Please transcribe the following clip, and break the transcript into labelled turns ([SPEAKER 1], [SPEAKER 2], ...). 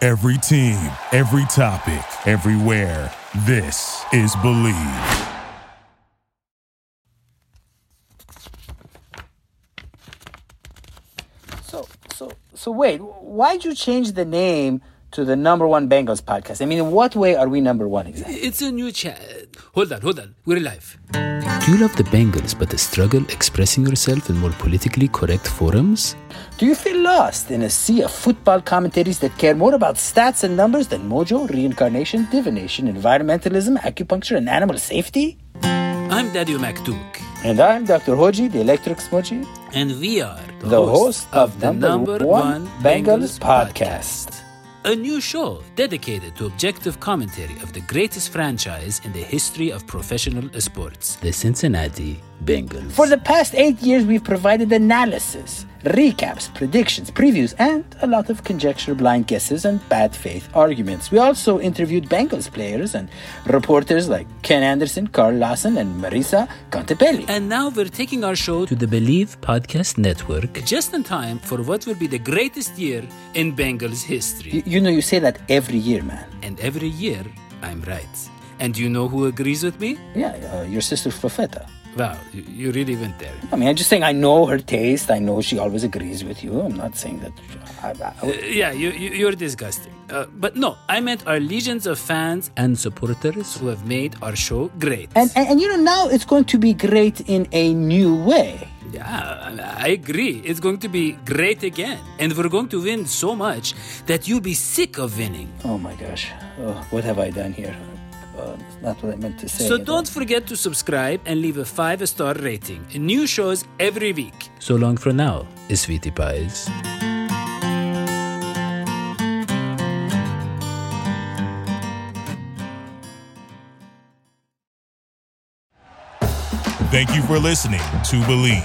[SPEAKER 1] Every team, every topic, everywhere. This is Believe.
[SPEAKER 2] So, so, so wait, why'd you change the name to the number one Bengals podcast? I mean, in what way are we number one exactly?
[SPEAKER 3] It's a new chat. Hold on, hold on. We're live.
[SPEAKER 4] Do you love the Bengals but struggle expressing yourself in more politically correct forums?
[SPEAKER 2] Do you feel lost in a sea of football commentaries that care more about stats and numbers than mojo, reincarnation, divination, environmentalism, acupuncture, and animal safety?
[SPEAKER 3] I'm Daddy MacDuke,
[SPEAKER 2] And I'm Dr. Hoji, the electric smudgy,
[SPEAKER 3] and we are
[SPEAKER 2] the, host, of the number, one Bengals podcast.
[SPEAKER 3] A new show dedicated to objective commentary of the greatest franchise in the history of professional sports.
[SPEAKER 4] The Cincinnati Bengals.
[SPEAKER 2] For the past eight years, we've provided analysis, recaps, predictions, previews, and a lot of conjecture, blind guesses, and bad faith arguments. We also interviewed Bengals players and reporters like Ken Anderson, Carl Lawson, and Marisa Contepelli.
[SPEAKER 3] And now we're taking our show
[SPEAKER 4] to
[SPEAKER 3] to
[SPEAKER 4] the Believe Podcast Network.
[SPEAKER 3] just in time for what will be the greatest year in Bengals history.
[SPEAKER 2] You, you know, you say that every year, man.
[SPEAKER 3] And every year, I'm right. And you know who agrees with me?
[SPEAKER 2] Yeah, uh, your sister Fafetta.
[SPEAKER 3] Wow, you, you really went there.
[SPEAKER 2] I mean, I'm just saying I know her taste. I know she always agrees with you. I'm not saying that. I, I,
[SPEAKER 3] Uh, yeah, you, you, you're disgusting. Uh, but no, I meant our legions of fans
[SPEAKER 4] And supporters.
[SPEAKER 3] who have made our show great.
[SPEAKER 2] and, and, and you know, now it's going to be great in a new way.
[SPEAKER 3] yeah, I agree. It's going to be great again. And we're going to win so much that you'll be sick of winning.
[SPEAKER 2] Oh my gosh, oh, what have I done here? Uh, it's not what I meant to say.
[SPEAKER 3] So don't forget to subscribe and leave a five star rating. New shows every week.
[SPEAKER 4] So long for now, sweetie pies.
[SPEAKER 1] Thank you for listening to Believe.